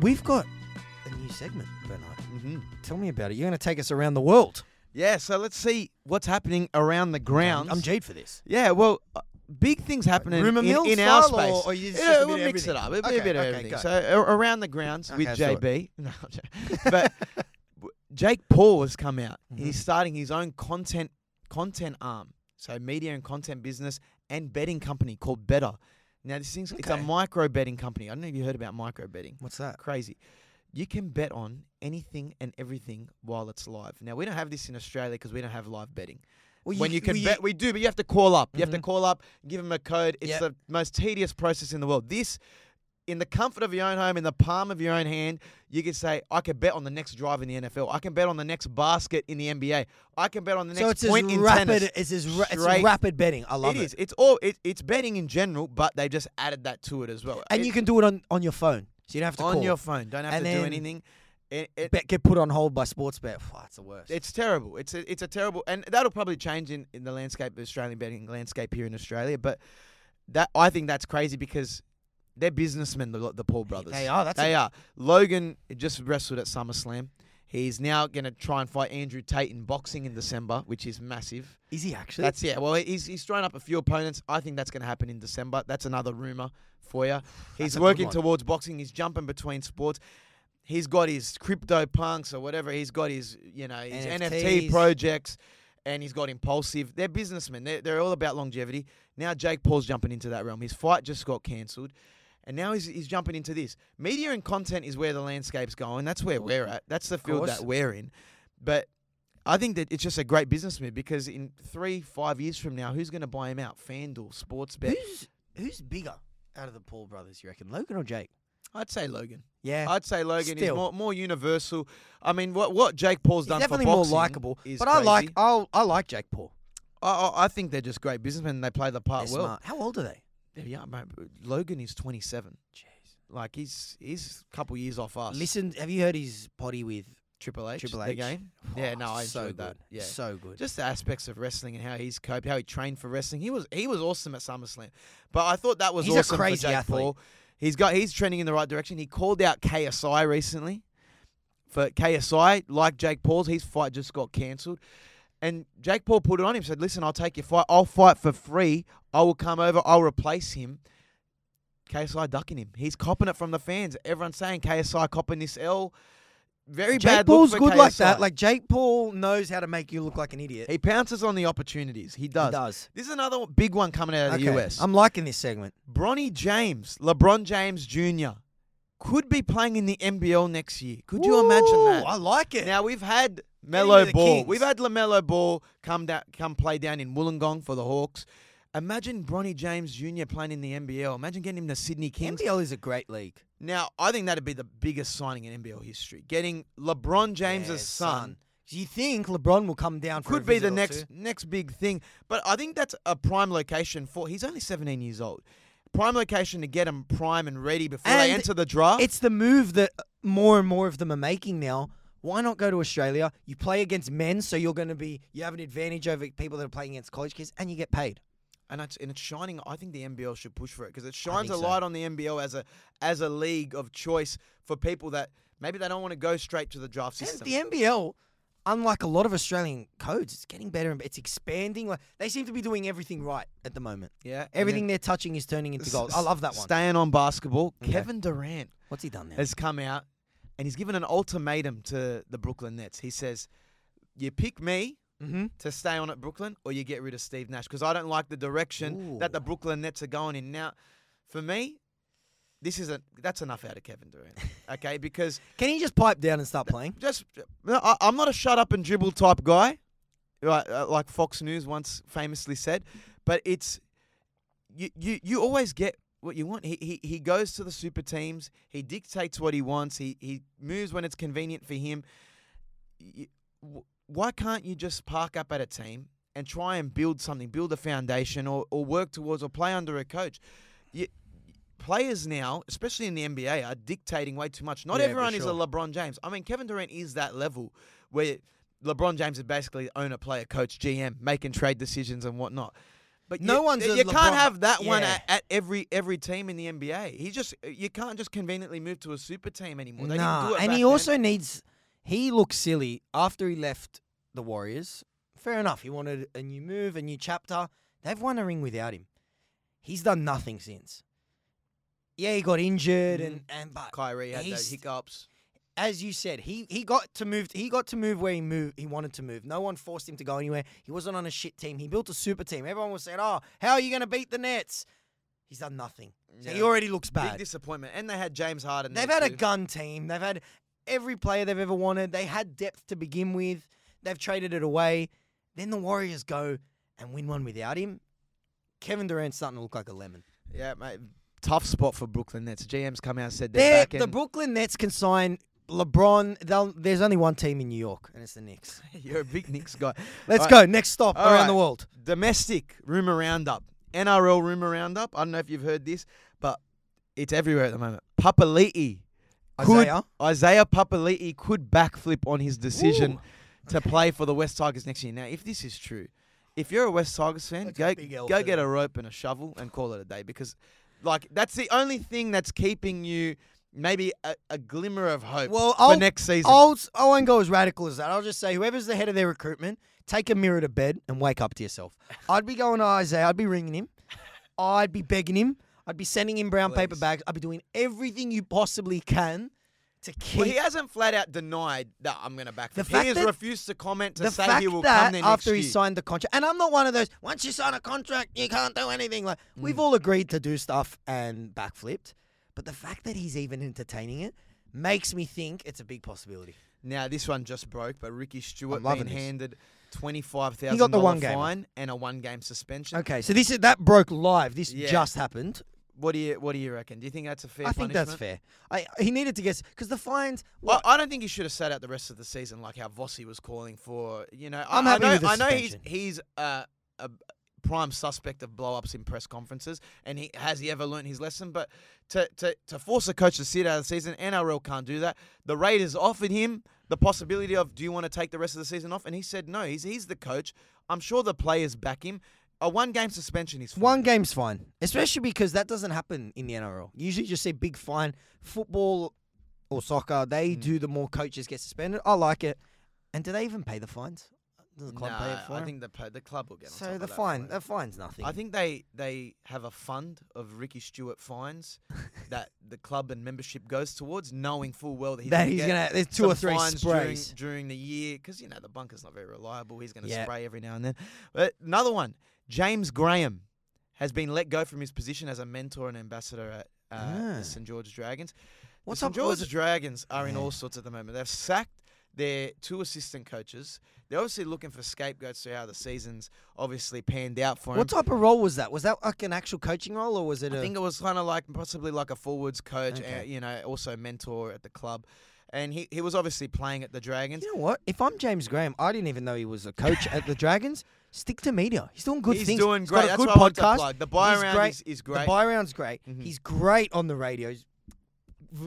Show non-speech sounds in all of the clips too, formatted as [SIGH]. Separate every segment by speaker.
Speaker 1: We've got a new segment, Bernard.
Speaker 2: Mm-hmm.
Speaker 1: Tell me about it. You're going to take us around the world.
Speaker 2: Yeah, so let's see what's happening around the grounds.
Speaker 1: I'm Jade for this.
Speaker 2: Yeah, well, uh, big things happening
Speaker 1: Rumour
Speaker 2: in,
Speaker 1: mill
Speaker 2: in our
Speaker 1: style,
Speaker 2: space.
Speaker 1: or- or you just-
Speaker 2: yeah,
Speaker 1: just a
Speaker 2: we'll
Speaker 1: bit of
Speaker 2: mix it
Speaker 1: everything?
Speaker 2: up. A, bit- a
Speaker 1: Okay,
Speaker 2: bit of
Speaker 1: okay,
Speaker 2: everything.
Speaker 1: go.
Speaker 2: So a- around the grounds
Speaker 1: Okay,
Speaker 2: with
Speaker 1: I thought-
Speaker 2: JB. [LAUGHS] No,
Speaker 1: [LAUGHS]
Speaker 2: I'm joking. but w- Jake Paul has come out. and
Speaker 1: Mhm.
Speaker 2: He's starting his own content content arm, so media and content business and betting company called Better. Now this thing's it's a
Speaker 1: Okay.
Speaker 2: micro betting company. I don't know if you heard about micro betting
Speaker 1: What's that?
Speaker 2: crazy. You can bet on anything and everything while it's live. Now we don't have this in Australia because we don't have live betting.
Speaker 1: Well,
Speaker 2: when you can
Speaker 1: well,
Speaker 2: bet, we do, but you have to call up. You have to
Speaker 1: Mhm.
Speaker 2: call up, give them a code. It's
Speaker 1: Yep.
Speaker 2: the most tedious process in the world. This, in the comfort of your own home, in the palm of your own hand, you can say, "I can bet on the next drive in the NFL. I can bet on the next basket in the NBA. I can bet on the next
Speaker 1: so it's
Speaker 2: point
Speaker 1: as
Speaker 2: in
Speaker 1: rapid.
Speaker 2: tennis."
Speaker 1: It's as ra- it's
Speaker 2: Straight-
Speaker 1: rapid betting. I love
Speaker 2: It
Speaker 1: it.
Speaker 2: is. It's all. It, it's betting in general, but they just added that to it as well.
Speaker 1: And
Speaker 2: It-
Speaker 1: you can do it on, on your phone, so you don't have to
Speaker 2: on
Speaker 1: call.
Speaker 2: your phone. Don't have
Speaker 1: And
Speaker 2: to do
Speaker 1: then-
Speaker 2: anything. It- it-
Speaker 1: bet, get put on hold by Sportsbet. Oh, that's the worst.
Speaker 2: It's terrible. It's a, it's a terrible, and that'll probably change in, in the landscape, the Australian betting landscape here in Australia. But that I think that's crazy because they're businessmen, the, the Paul brothers.
Speaker 1: They are. That's
Speaker 2: they
Speaker 1: a-
Speaker 2: are. Logan just wrestled at SummerSlam. He's now going to try and fight Andrew Tate in boxing in December, which is massive.
Speaker 1: is he actually?
Speaker 2: That's yeah. Well, he's he's thrown up a few opponents. I think that's going to happen in December. That's another rumor for you.
Speaker 1: That's
Speaker 2: He's
Speaker 1: a good
Speaker 2: working
Speaker 1: one.
Speaker 2: towards boxing. He's jumping between sports. He's got his crypto punks or whatever. He's got his you know his
Speaker 1: NFTs.
Speaker 2: NFT projects, and he's got impulsive. They're businessmen. They're, they're all about longevity. Now Jake Paul's jumping into that realm. His fight just got cancelled. And now he's, he's jumping into this. Media and content is where the landscape's going. That's where we're at. That's the field
Speaker 1: course.
Speaker 2: that we're in. But I think that it's just a great business move because in three, five years from now, who's going to buy him out? FanDuel, Sportsbet.
Speaker 1: who's who's bigger out of the Paul brothers? You reckon Logan or Jake?
Speaker 2: I'd say Logan.
Speaker 1: Yeah,
Speaker 2: I'd say Logan is
Speaker 1: Still.
Speaker 2: more, more universal. I mean, what what Jake Paul's
Speaker 1: he's
Speaker 2: done
Speaker 1: definitely
Speaker 2: for
Speaker 1: more
Speaker 2: boxing
Speaker 1: likable.
Speaker 2: is
Speaker 1: But I like
Speaker 2: crazy.
Speaker 1: I I like Jake Paul.
Speaker 2: I, I, I think they're just great businessmen. and They play the part
Speaker 1: They're
Speaker 2: well.
Speaker 1: smart. How old are they?
Speaker 2: They're young, mate. Logan is 27.
Speaker 1: Jeez.
Speaker 2: Like he's he's a couple years off us.
Speaker 1: Listen, have you heard his potty with
Speaker 2: Triple H,
Speaker 1: Triple
Speaker 2: the
Speaker 1: H?
Speaker 2: game. Yeah,
Speaker 1: Oh,
Speaker 2: no, I
Speaker 1: so
Speaker 2: enjoyed that.
Speaker 1: good.
Speaker 2: Yeah.
Speaker 1: so good.
Speaker 2: Just the aspects of wrestling and how he's coped, how he trained for wrestling. He was he was awesome at SummerSlam, but I thought that was
Speaker 1: He's a
Speaker 2: awesome
Speaker 1: crazy
Speaker 2: for Jake
Speaker 1: athlete.
Speaker 2: Paul. He's got he's trending in the right direction. He called out KSI recently for KSI, like Jake Paul's. His fight just got cancelled, and Jake Paul put it on him. Said, "Listen, I'll take your fight. I'll fight for free. I will come over. I'll replace him." KSI ducking him. He's copping it from the fans. Everyone's saying KSI copping this L. Very
Speaker 1: Jake
Speaker 2: bad.
Speaker 1: Paul's
Speaker 2: look for
Speaker 1: good like that.
Speaker 2: KSI.
Speaker 1: Like Jake Paul knows how to make you look like an idiot.
Speaker 2: he pounces on the opportunities. He does.
Speaker 1: does.
Speaker 2: This is another one- big one coming out of
Speaker 1: Okay,
Speaker 2: the
Speaker 1: Um,
Speaker 2: US.
Speaker 1: I'm liking this segment.
Speaker 2: Bronny James, LeBron James Jr., could be playing in the NBL next year. Could you imagine
Speaker 1: Woo,
Speaker 2: that?
Speaker 1: I like it.
Speaker 2: Now we've had
Speaker 1: into
Speaker 2: Melo
Speaker 1: the
Speaker 2: Ball,
Speaker 1: Kings.
Speaker 2: we've had Lamelo Ball come down, come play down in Wollongong for the Hawks. Imagine Bronny James Jr. playing in the NBL. Imagine getting him to Sydney Kings.
Speaker 1: NBL is a great league.
Speaker 2: Now I think that'd be the biggest signing in NBL history. Getting LeBron James's
Speaker 1: Yeah,
Speaker 2: son
Speaker 1: Do you think LeBron will come down? For a
Speaker 2: could be
Speaker 1: visit
Speaker 2: the
Speaker 1: or
Speaker 2: next
Speaker 1: two?
Speaker 2: next big thing. But I think that's a prime location for. He's only 17 years old. Prime location to get him prime and ready before
Speaker 1: And
Speaker 2: they enter the draft.
Speaker 1: It's the move that more and more of them are making now. Why not go to Australia? You play against men, so you're going to be you have an advantage over people that are playing against college kids, and you get paid.
Speaker 2: and it's and it's shining. I think the NBL should push for it because it shines a
Speaker 1: think so.
Speaker 2: light on the NBL as a as a league of choice for people that maybe they don't want to go straight to the draft
Speaker 1: Hence,
Speaker 2: system.
Speaker 1: the NBL, unlike a lot of Australian codes, it's getting better and it's expanding. Like they seem to be doing everything right at the moment.
Speaker 2: yeah, and then
Speaker 1: Everything they're touching is turning into
Speaker 2: s-
Speaker 1: gold. I love that one.
Speaker 2: Staying on basketball,
Speaker 1: Okay.
Speaker 2: Kevin Durant
Speaker 1: What's he done there?
Speaker 2: has come out and he's given an ultimatum to the Brooklyn Nets. He says, "You pick me."
Speaker 1: Mm-hmm.
Speaker 2: to stay on at Brooklyn or you get rid of Steve Nash because I don't like the direction that the
Speaker 1: Ooh.
Speaker 2: Brooklyn Nets are going in now. For me, this isn't that's enough out of Kevin Durant, okay? [LAUGHS] Because
Speaker 1: Can he just pipe down and start playing?
Speaker 2: just no, I, I'm not a shut up and dribble type guy, right? Uh, like Fox News once famously said, but it's you you you always get what you want. He he he goes to the super teams. He dictates what he wants. He he moves when it's convenient for him. Y- wh- Why can't you just park up at a team and try and build something, build a foundation, or or work towards, or play under a coach? You, players now, especially in the NBA, are dictating way too much. Not
Speaker 1: Yeah, for
Speaker 2: everyone is a
Speaker 1: sure.
Speaker 2: LeBron James. I mean, Kevin Durant is that level where LeBron James is basically owner, player, coach, GM, making trade decisions and whatnot. But
Speaker 1: No
Speaker 2: you,
Speaker 1: one's a
Speaker 2: you
Speaker 1: LeBron-
Speaker 2: can't have that one
Speaker 1: Yeah.
Speaker 2: at, at every every team in the NBA. He just you can't just conveniently move to a super team anymore. They didn't
Speaker 1: nah,
Speaker 2: do it
Speaker 1: and
Speaker 2: back
Speaker 1: he
Speaker 2: then.
Speaker 1: also needs. He looks silly after he left the Warriors. Fair enough. He wanted a new move, a new chapter. They've won a ring without him. He's done nothing since. Yeah, he got injured,
Speaker 2: Mm.
Speaker 1: and and but
Speaker 2: Kyrie had those
Speaker 1: he's-
Speaker 2: hiccups.
Speaker 1: as you said, he he got to move. He got to move where he moved. He wanted to move. No one forced him to go anywhere. He wasn't on a shit team. He built a super team. Everyone was saying, "Oh, how are you going to beat the Nets?" He's done nothing. So he
Speaker 2: Yeah.
Speaker 1: already looks
Speaker 2: Big
Speaker 1: bad.
Speaker 2: disappointment. And they had James Harden.
Speaker 1: They've
Speaker 2: there
Speaker 1: had a
Speaker 2: too.
Speaker 1: gun team. They've had every player they've ever wanted. They had depth to begin with. They've traded it away. Then the Warriors go and win one without him. Kevin Durant's starting to look like a lemon.
Speaker 2: Yeah, mate. Tough spot for Brooklyn Nets. GM's come out and said they're
Speaker 1: They're,
Speaker 2: back
Speaker 1: the
Speaker 2: end.
Speaker 1: Brooklyn Nets can sign LeBron. They'll, there's only one team in New York, and it's the Knicks.
Speaker 2: [LAUGHS] You're a big Knicks guy.
Speaker 1: [LAUGHS] Let's
Speaker 2: All
Speaker 1: go.
Speaker 2: right.
Speaker 1: Next stop
Speaker 2: All
Speaker 1: around
Speaker 2: right.
Speaker 1: the world.
Speaker 2: Domestic rumor roundup. NRL rumor roundup. I don't know if you've heard this, but it's everywhere at the moment. Papali'i. could-
Speaker 1: Isaiah?
Speaker 2: Isaiah Papali'i could backflip on his decision
Speaker 1: Ooh.
Speaker 2: to play for the West Tigers next year. Now, if this is true, if you're a West Tigers fan,
Speaker 1: That's a
Speaker 2: go
Speaker 1: big L
Speaker 2: go
Speaker 1: for
Speaker 2: get
Speaker 1: them.
Speaker 2: a rope and a shovel and call it a day because, like, that's the only thing that's keeping you maybe a, a glimmer of hope
Speaker 1: Well,
Speaker 2: for
Speaker 1: I'll-
Speaker 2: next season.
Speaker 1: I'll, I won't go as radical as that. I'll just say whoever's the head of their recruitment, take a mirror to bed and wake up to
Speaker 2: [LAUGHS]
Speaker 1: yourself. I'd be going to Isaiah. I'd be ringing him. I'd be begging him. I'd be sending him brown paper
Speaker 2: Please.
Speaker 1: bags. I'd be doing everything you possibly can to keep.
Speaker 2: Well, he hasn't flat out denied that I'm going to back.
Speaker 1: The
Speaker 2: him.
Speaker 1: fact
Speaker 2: he has
Speaker 1: that-
Speaker 2: refused to comment to
Speaker 1: the
Speaker 2: say
Speaker 1: fact
Speaker 2: he will
Speaker 1: that
Speaker 2: come there next
Speaker 1: after
Speaker 2: year.
Speaker 1: he signed the contract, and I'm not one of those. Once you sign a contract, you can't do anything. Like
Speaker 2: Hmm.
Speaker 1: we've all agreed to do stuff and backflipped, but the fact that he's even entertaining it makes me think it's a big possibility.
Speaker 2: now this one just broke, but Ricky Stewart
Speaker 1: I'm loving
Speaker 2: being
Speaker 1: this.
Speaker 2: handed twenty five
Speaker 1: He got
Speaker 2: thousand
Speaker 1: the one
Speaker 2: dollar
Speaker 1: gamer.
Speaker 2: fine and a one game suspension.
Speaker 1: Okay, so this is that broke live. This
Speaker 2: Yeah.
Speaker 1: just happened.
Speaker 2: What do you What do you reckon? Do you think that's a fair?
Speaker 1: I think that's
Speaker 2: punishment?
Speaker 1: fair. I he needed to guess because the fines.
Speaker 2: Well, I don't think he should have sat out the rest of the season like how Vossi was calling for. You know, I-
Speaker 1: I'm
Speaker 2: I,
Speaker 1: happy
Speaker 2: know,
Speaker 1: with the
Speaker 2: I know he's
Speaker 1: suspension.
Speaker 2: he's uh, a prime suspect of blow ups in press conferences, and he has he ever learned his lesson? But to, to to force a coach to sit out of the season, NRL can't do that. The Raiders offered him the possibility of, do you want to take the rest of the season off? And he said no. He's he's the coach. I'm sure the players back him. A one game suspension is fine.
Speaker 1: One game's fine, especially because that doesn't happen in the NRL. You usually just see big fine. Football or soccer,
Speaker 2: Mm.
Speaker 1: they do the more coaches get suspended. I like it. And do they even pay the fines? Does the club pay
Speaker 2: Nah,
Speaker 1: it for
Speaker 2: I
Speaker 1: them?
Speaker 2: think the pa- the club will get. on top
Speaker 1: so
Speaker 2: of
Speaker 1: the
Speaker 2: that
Speaker 1: fine,
Speaker 2: for
Speaker 1: the fine's nothing.
Speaker 2: I think they they have a fund of Ricky Stewart
Speaker 1: [LAUGHS]
Speaker 2: fines that the club and membership goes towards, knowing full well that he's,
Speaker 1: That
Speaker 2: gonna
Speaker 1: he's
Speaker 2: get
Speaker 1: gonna- there's two
Speaker 2: some
Speaker 1: or three
Speaker 2: fines
Speaker 1: sprays.
Speaker 2: during, during the year because you know the bunker's not very reliable. He's going to
Speaker 1: Yeah.
Speaker 2: spray every now and then. But another one, James Graham has been let go from his position as a mentor and ambassador at uh,
Speaker 1: Ah.
Speaker 2: the St George Dragons.
Speaker 1: What's
Speaker 2: the
Speaker 1: up-
Speaker 2: St George
Speaker 1: what's-
Speaker 2: Dragons are in
Speaker 1: Yeah.
Speaker 2: all sorts at the moment. They've sacked their two assistant coaches. They're obviously looking for scapegoats to how the season's obviously panned out for him.
Speaker 1: What type of role was that? Was that like an actual coaching role, or was it a
Speaker 2: I think it was kind of like possibly like a forwards coach,
Speaker 1: Okay.
Speaker 2: and, you know, also mentor at the club. And he, he was obviously playing at the Dragons.
Speaker 1: You know what? If I'm James Graham, I didn't even know he was a coach at
Speaker 2: [LAUGHS]
Speaker 1: the Dragons. Stick to media. He's doing good
Speaker 2: He's
Speaker 1: things.
Speaker 2: doing
Speaker 1: He's got
Speaker 2: great.
Speaker 1: a
Speaker 2: That's
Speaker 1: good
Speaker 2: what I want to
Speaker 1: podcast.
Speaker 2: plug. The buy
Speaker 1: He's
Speaker 2: round
Speaker 1: great.
Speaker 2: is- is
Speaker 1: The
Speaker 2: great.
Speaker 1: buy round's great.
Speaker 2: Mhm.
Speaker 1: He's great on the radio. He's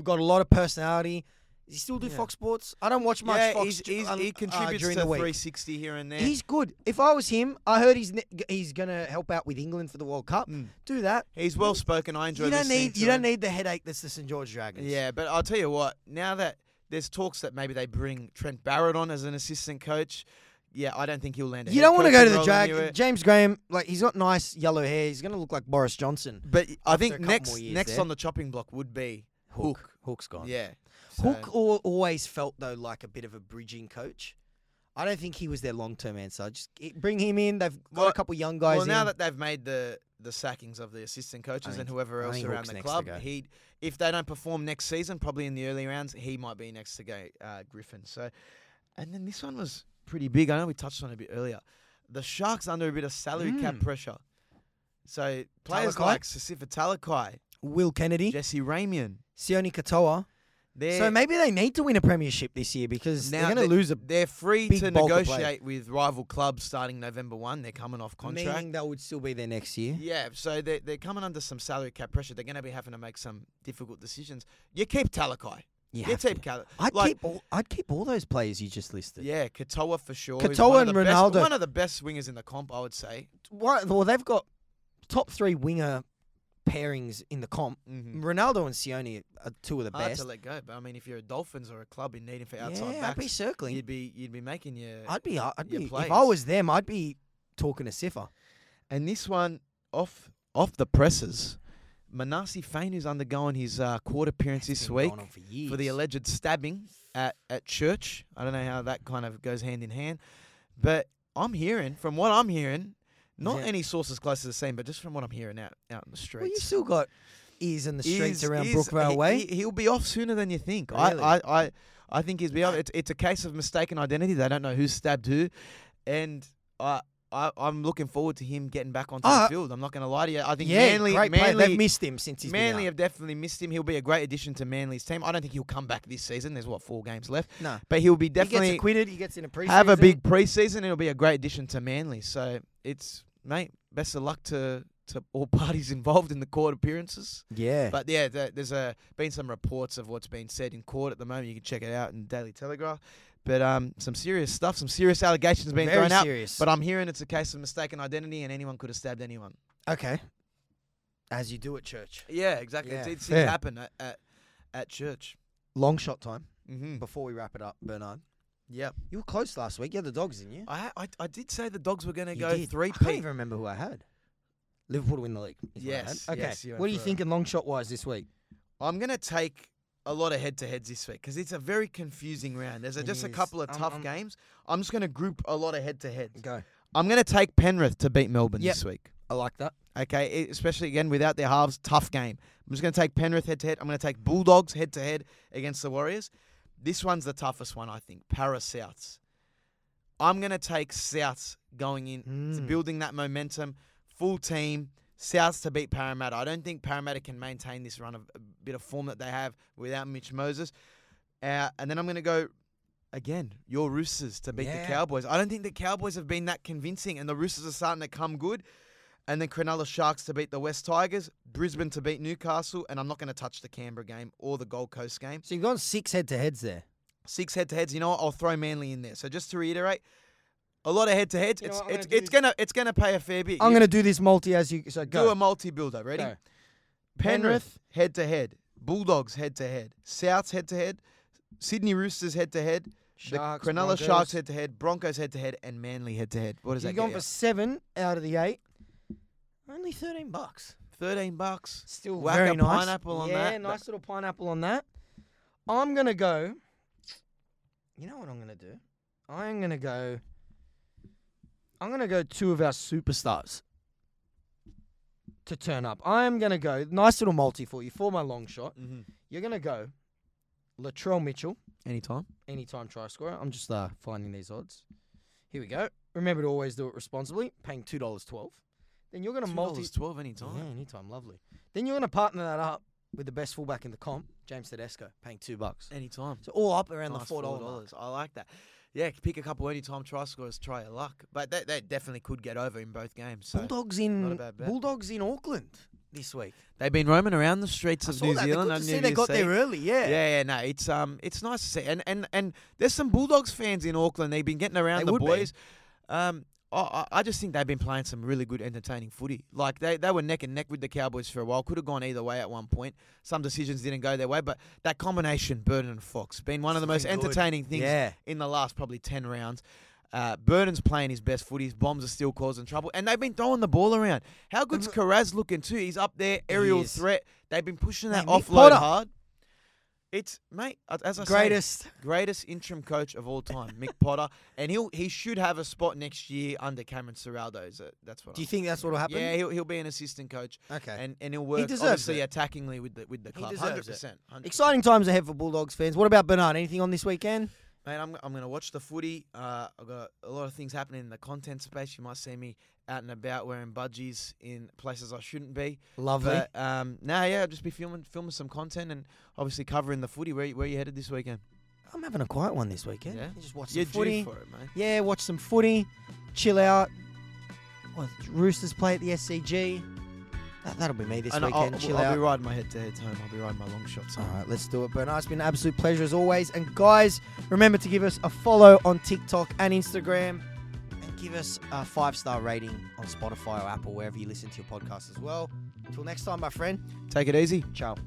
Speaker 1: got a lot of personality. Does he still do
Speaker 2: Yeah.
Speaker 1: Fox Sports? I don't watch much
Speaker 2: yeah,
Speaker 1: Fox.
Speaker 2: he's,
Speaker 1: ju-
Speaker 2: he's,
Speaker 1: un-
Speaker 2: he
Speaker 1: uh,
Speaker 2: contributes
Speaker 1: during
Speaker 2: to
Speaker 1: the week.
Speaker 2: 360 here and there. He's,
Speaker 1: He's good. If I was him, I heard he's ne- g- he's gonna help out with England for the World Cup.
Speaker 2: Mm.
Speaker 1: Do that.
Speaker 2: well spoken. I enjoy
Speaker 1: You don't
Speaker 2: listening
Speaker 1: need
Speaker 2: to
Speaker 1: you don't
Speaker 2: him.
Speaker 1: need the headache that's the St George Dragons.
Speaker 2: Yeah, but I'll tell you what. Now that there's talks that maybe they bring Trent Barrett on as an assistant coach, yeah, I don't think he'll land. A
Speaker 1: You don't
Speaker 2: want
Speaker 1: want to go to the Dragons. James Graham, like he's got nice yellow hair. He's gonna look like Boris Johnson.
Speaker 2: But I
Speaker 1: a
Speaker 2: think
Speaker 1: couple more
Speaker 2: next
Speaker 1: years
Speaker 2: next
Speaker 1: there.
Speaker 2: on the chopping block would be Hook.
Speaker 1: Hook's gone.
Speaker 2: Yeah,
Speaker 1: Hook
Speaker 2: so-
Speaker 1: al always felt though like a bit of a bridging coach. I don't think he was their long term answer. Just i- bring him in. They've got a
Speaker 2: Well-
Speaker 1: couple young guys.
Speaker 2: Well, now
Speaker 1: in.
Speaker 2: that they've made the the sackings of the assistant coaches
Speaker 1: think-
Speaker 2: and whoever
Speaker 1: I
Speaker 2: else
Speaker 1: think
Speaker 2: around
Speaker 1: Hook's
Speaker 2: the
Speaker 1: next to
Speaker 2: club,
Speaker 1: go.
Speaker 2: he if they don't perform next season, probably in the early rounds, he might be next to go uh, Griffin. So, and then this one was pretty big. I know we touched on it a bit earlier. The Sharks under a bit of salary cap
Speaker 1: Mm.
Speaker 2: pressure. So players
Speaker 1: Talakai?
Speaker 2: like Sasifa Talakai,
Speaker 1: Will Kennedy,
Speaker 2: Jesse Ramian,
Speaker 1: Sione Katoa.
Speaker 2: they're
Speaker 1: So maybe they need to win a premiership this year because
Speaker 2: now
Speaker 1: they're going to lose a
Speaker 2: They're free
Speaker 1: big
Speaker 2: to
Speaker 1: bulk of players.
Speaker 2: negotiate with rival clubs starting November one. They're coming off contract.
Speaker 1: meaning they would still be there next year.
Speaker 2: Yeah, so they're, they're coming under some salary cap pressure. They're going to be having to make some difficult decisions. You keep Talakai.
Speaker 1: You
Speaker 2: You,
Speaker 1: have to.
Speaker 2: keep Cal-
Speaker 1: I'd
Speaker 2: like-
Speaker 1: keep all, I'd keep all those players you just listed.
Speaker 2: Yeah, Katoa for sure. He's
Speaker 1: Katoa
Speaker 2: one of
Speaker 1: and
Speaker 2: the best-
Speaker 1: Ronaldo.
Speaker 2: one of the best wingers in the comp, I would say.
Speaker 1: Why- Well, they've got top three winger pairings in the comp.
Speaker 2: Mm-hmm.
Speaker 1: Ronaldo and Sione are two of Mm, the
Speaker 2: Hard
Speaker 1: best.
Speaker 2: to let go, but I mean, if you're a Dolphins or a club in needing for
Speaker 1: Yeah,
Speaker 2: outside
Speaker 1: I'd
Speaker 2: backs,
Speaker 1: be circling.
Speaker 2: you'd be you'd be making your.
Speaker 1: I'd be. uh, I'd
Speaker 2: your
Speaker 1: be. If I
Speaker 2: plays.
Speaker 1: was them, I'd be talking to Siffer.
Speaker 2: And this one off off the presses, Manasi Fain is undergoing his uh, court appearance this
Speaker 1: Been
Speaker 2: week
Speaker 1: going on for, years.
Speaker 2: for the alleged stabbing at at church. I don't know how that kind of goes hand in hand, but I'm hearing from what I'm hearing, not
Speaker 1: Yeah.
Speaker 2: any sources close to the same, but just from what I'm hearing out out in the streets.
Speaker 1: Well, you still got ears in the streets
Speaker 2: Is-
Speaker 1: around
Speaker 2: is-
Speaker 1: Brookvale
Speaker 2: he-
Speaker 1: Way.
Speaker 2: He, will be off sooner than you think.
Speaker 1: Really?
Speaker 2: I, I, I, I think he's be off. It's, it's a case of mistaken identity. They don't know who stabbed who, and I, I, I'm looking forward to him getting back onto
Speaker 1: Ah.
Speaker 2: the field. I'm not going to lie to you. I think
Speaker 1: yeah,
Speaker 2: Manly,
Speaker 1: great player.
Speaker 2: Manly,
Speaker 1: They've missed him since he's
Speaker 2: Manly
Speaker 1: been
Speaker 2: have definitely missed him. He'll be a great addition to Manly's team. I don't think he'll come back this season. There's what four games left,
Speaker 1: out. No,
Speaker 2: but he'll be
Speaker 1: he
Speaker 2: definitely
Speaker 1: gets acquitted. He gets in a preseason.
Speaker 2: have a big preseason. It'll be a great addition to Manly. So it's mate, best of luck to to all [LAUGHS] parties involved in the court appearances.
Speaker 1: Yeah,
Speaker 2: But yeah, there, there's uh been some reports of what's been said in court at the moment. You can check it out in Daily Telegraph. But um, some serious stuff, some serious allegations being
Speaker 1: very
Speaker 2: thrown out.
Speaker 1: serious.
Speaker 2: But I'm hearing it's a case of mistaken identity, and anyone could have stabbed anyone.
Speaker 1: okay, as you do at church.
Speaker 2: Yeah, exactly.
Speaker 1: Yeah,
Speaker 2: It's, it's
Speaker 1: fair.
Speaker 2: happened at, at at church.
Speaker 1: Long shot time
Speaker 2: Mm-hmm.
Speaker 1: before we wrap it up, Bernard.
Speaker 2: Yeah,
Speaker 1: You were close last week. You had the dogs, didn't you?
Speaker 2: I, ha- I I did say the dogs were going to
Speaker 1: You
Speaker 2: go
Speaker 1: did.
Speaker 2: three
Speaker 1: I can't
Speaker 2: p.
Speaker 1: even remember who I had. Liverpool to win the league. is what I
Speaker 2: Yes,
Speaker 1: had. Okay.
Speaker 2: yes, you went
Speaker 1: what are you
Speaker 2: for it.
Speaker 1: thinking long shot wise this week?
Speaker 2: I'm going to take a lot of head to heads this week because it's a very confusing round. There's a,
Speaker 1: It
Speaker 2: just a
Speaker 1: is.
Speaker 2: couple of
Speaker 1: Um,
Speaker 2: tough
Speaker 1: um,
Speaker 2: games. I'm just going to group a lot of head to heads.
Speaker 1: Go.
Speaker 2: I'm going to take Penrith to beat Melbourne
Speaker 1: Yep.
Speaker 2: this week.
Speaker 1: I like that.
Speaker 2: Okay, e- especially again without their halves, tough game. I'm just going to take Penrith head to head. I'm going to take Bulldogs head to head against the Warriors. This one's the toughest one, I think. Para Souths. I'm going to take Souths going in to
Speaker 1: Mm.
Speaker 2: building that momentum, full team. Souths to beat Parramatta. I don't think Parramatta can maintain this run of a bit of form that they have without Mitch Moses. Uh, and then I'm going to go again, your Roosters to beat
Speaker 1: Yeah.
Speaker 2: the Cowboys. I don't think the Cowboys have been that convincing, and the Roosters are starting to come good. And then Cronulla Sharks to beat the West Tigers, Brisbane to beat Newcastle, and I'm not going to touch the Canberra game or the Gold Coast game.
Speaker 1: So you've gone six head to heads there.
Speaker 2: Six head to heads. You know what? I'll throw Manly in there. So just to reiterate, a lot of head to heads.
Speaker 1: You know
Speaker 2: It's
Speaker 1: what I'm
Speaker 2: it's,
Speaker 1: gonna do
Speaker 2: it's
Speaker 1: is-
Speaker 2: gonna it's gonna pay a fair bit.
Speaker 1: I'm
Speaker 2: You
Speaker 1: going to do this multi as you so go.
Speaker 2: do a multi builder. Ready?
Speaker 1: Go.
Speaker 2: Penrith head to head, Bulldogs head to head, Souths head to head, Sydney Roosters head to head, the
Speaker 1: Sharks,
Speaker 2: Cronulla
Speaker 1: Broncos.
Speaker 2: Sharks head to head, Broncos head to head, and Manly head to head. What does
Speaker 1: You've
Speaker 2: that
Speaker 1: gone
Speaker 2: get
Speaker 1: for
Speaker 2: you?
Speaker 1: seven out of the eight. Only thirteen bucks.
Speaker 2: Thirteen bucks.
Speaker 1: Still
Speaker 2: Whack
Speaker 1: very
Speaker 2: a
Speaker 1: nice.
Speaker 2: pineapple on
Speaker 1: yeah,
Speaker 2: that.
Speaker 1: nice little pineapple on that. I'm gonna go. You know what I'm gonna do? I am gonna go. I'm gonna go two of our superstars to turn up. I am gonna go nice little multi for you for my long shot.
Speaker 2: Mm-hmm.
Speaker 1: You're gonna go Latrell Mitchell,
Speaker 2: Anytime.
Speaker 1: anytime try scorer. I'm just uh, finding these odds. Here we go. Remember to always do it responsibly. Paying two dollars twelve. Then you're gonna multi.
Speaker 2: twelve anytime.
Speaker 1: Yeah, anytime, lovely. Then you're going to partner that up with the best fullback in the comp, James Tedesco, paying two bucks.
Speaker 2: Anytime.
Speaker 1: So all up around
Speaker 2: Nice
Speaker 1: the four dollars.
Speaker 2: $4. I like that. Yeah, pick a couple anytime try scorers, try your luck. But that, that definitely could get over in both games. So.
Speaker 1: Bulldogs
Speaker 2: not a
Speaker 1: in
Speaker 2: bad bet.
Speaker 1: Bulldogs in Auckland this week.
Speaker 2: They've been roaming around the streets
Speaker 1: I
Speaker 2: of
Speaker 1: saw
Speaker 2: New
Speaker 1: that. They're
Speaker 2: Zealand.
Speaker 1: Good
Speaker 2: I
Speaker 1: to
Speaker 2: didn't
Speaker 1: see
Speaker 2: even
Speaker 1: they got
Speaker 2: see.
Speaker 1: there early. Yeah.
Speaker 2: Yeah, yeah, no, it's um, it's nice to see, and and and there's some Bulldogs fans in Auckland. They've been getting around
Speaker 1: They
Speaker 2: the
Speaker 1: would be.
Speaker 2: boys. Um, I- I, I just think they've been playing some really good, entertaining footy. Like they, they were neck and neck with the Cowboys for a while. Could have gone either way at one point. Some decisions didn't go their way, but that combination, Burton and Fox, been one of the
Speaker 1: It's
Speaker 2: most
Speaker 1: looking good.
Speaker 2: entertaining things
Speaker 1: Yeah.
Speaker 2: in the last probably ten rounds. Uh, Burden's playing his best footy. His bombs are still causing trouble, and they've been throwing the ball around. How good's Karaz looking too? He's up there, aerial
Speaker 1: Mm-hmm. is.
Speaker 2: threat. They've been pushing that
Speaker 1: Mate, Mick
Speaker 2: offload
Speaker 1: Potter.
Speaker 2: hard. It's mate, as- as I
Speaker 1: Greatest.
Speaker 2: say, greatest interim coach of all time,
Speaker 1: [LAUGHS]
Speaker 2: Mick Potter, and he'll he should have a spot next year under Cameron Serraldo. Is it? That's what.
Speaker 1: Do you
Speaker 2: I'm-
Speaker 1: think that's what'll happen?
Speaker 2: Yeah, he'll he'll be an assistant coach,
Speaker 1: Okay.
Speaker 2: and and he'll work
Speaker 1: deserves
Speaker 2: obviously
Speaker 1: it.
Speaker 2: attackingly with the with the
Speaker 1: He
Speaker 2: club.
Speaker 1: deserves it.
Speaker 2: Hundred percent.
Speaker 1: Exciting times ahead for Bulldogs fans. What about Bernard? Anything on this weekend?
Speaker 2: Mate, I'm, I'm going to watch the footy. Uh, I've got a lot of things happening in the content space. You might see me out and about wearing budgies in places I shouldn't be.
Speaker 1: Lovely.
Speaker 2: But um, no, yeah, I'll just be filming filming some content and obviously covering the footy. Where, you- where you headed this weekend?
Speaker 1: I'm having a quiet one this weekend.
Speaker 2: Yeah?
Speaker 1: Just watch
Speaker 2: You're
Speaker 1: some footy.
Speaker 2: due for it, mate.
Speaker 1: Yeah, watch some footy, chill out. What, Roosters play at the SCG. That, that'll be me this
Speaker 2: and I'll,
Speaker 1: weekend.
Speaker 2: I'll-
Speaker 1: chill
Speaker 2: I'll
Speaker 1: out.
Speaker 2: be riding my head to heads home. I'll be riding my long shots
Speaker 1: All
Speaker 2: home.
Speaker 1: right, let's do it, Bernard. It's been an absolute pleasure as always. And guys, remember to give us a follow on TikTok and Instagram and give give us a five star rating on Spotify or Apple, wherever you listen to your podcast as well. Till next time, my friend.
Speaker 2: Take it easy.
Speaker 1: Ciao.